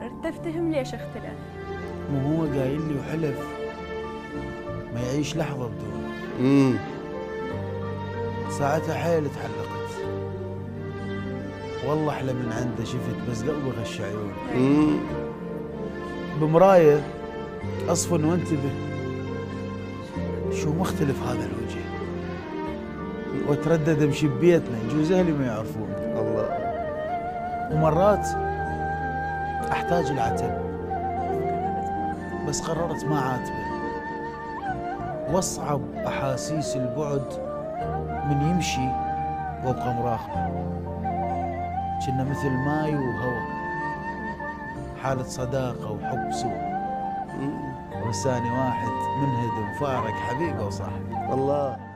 قررت تفتهم ليش اختلف ما هو قايل لي وحلف ما يعيش لحظة بدون امم ساعتها حيل تحلقت والله أحلى من عنده شفت بس قلبي غش عيوني امم بمراية أصفن وانتبه شو مختلف هذا الوجه وأتردد أمشي ببيتنا يجوز أهلي ما يعرفون الله ومرات احتاج العتب بس قررت ما عاتبه واصعب احاسيس البعد من يمشي وابقى مراقبه كنا مثل ماي وهوى حالة صداقة وحب سوى مم. ولساني واحد منهدم فارق حبيبه وصاحبي الله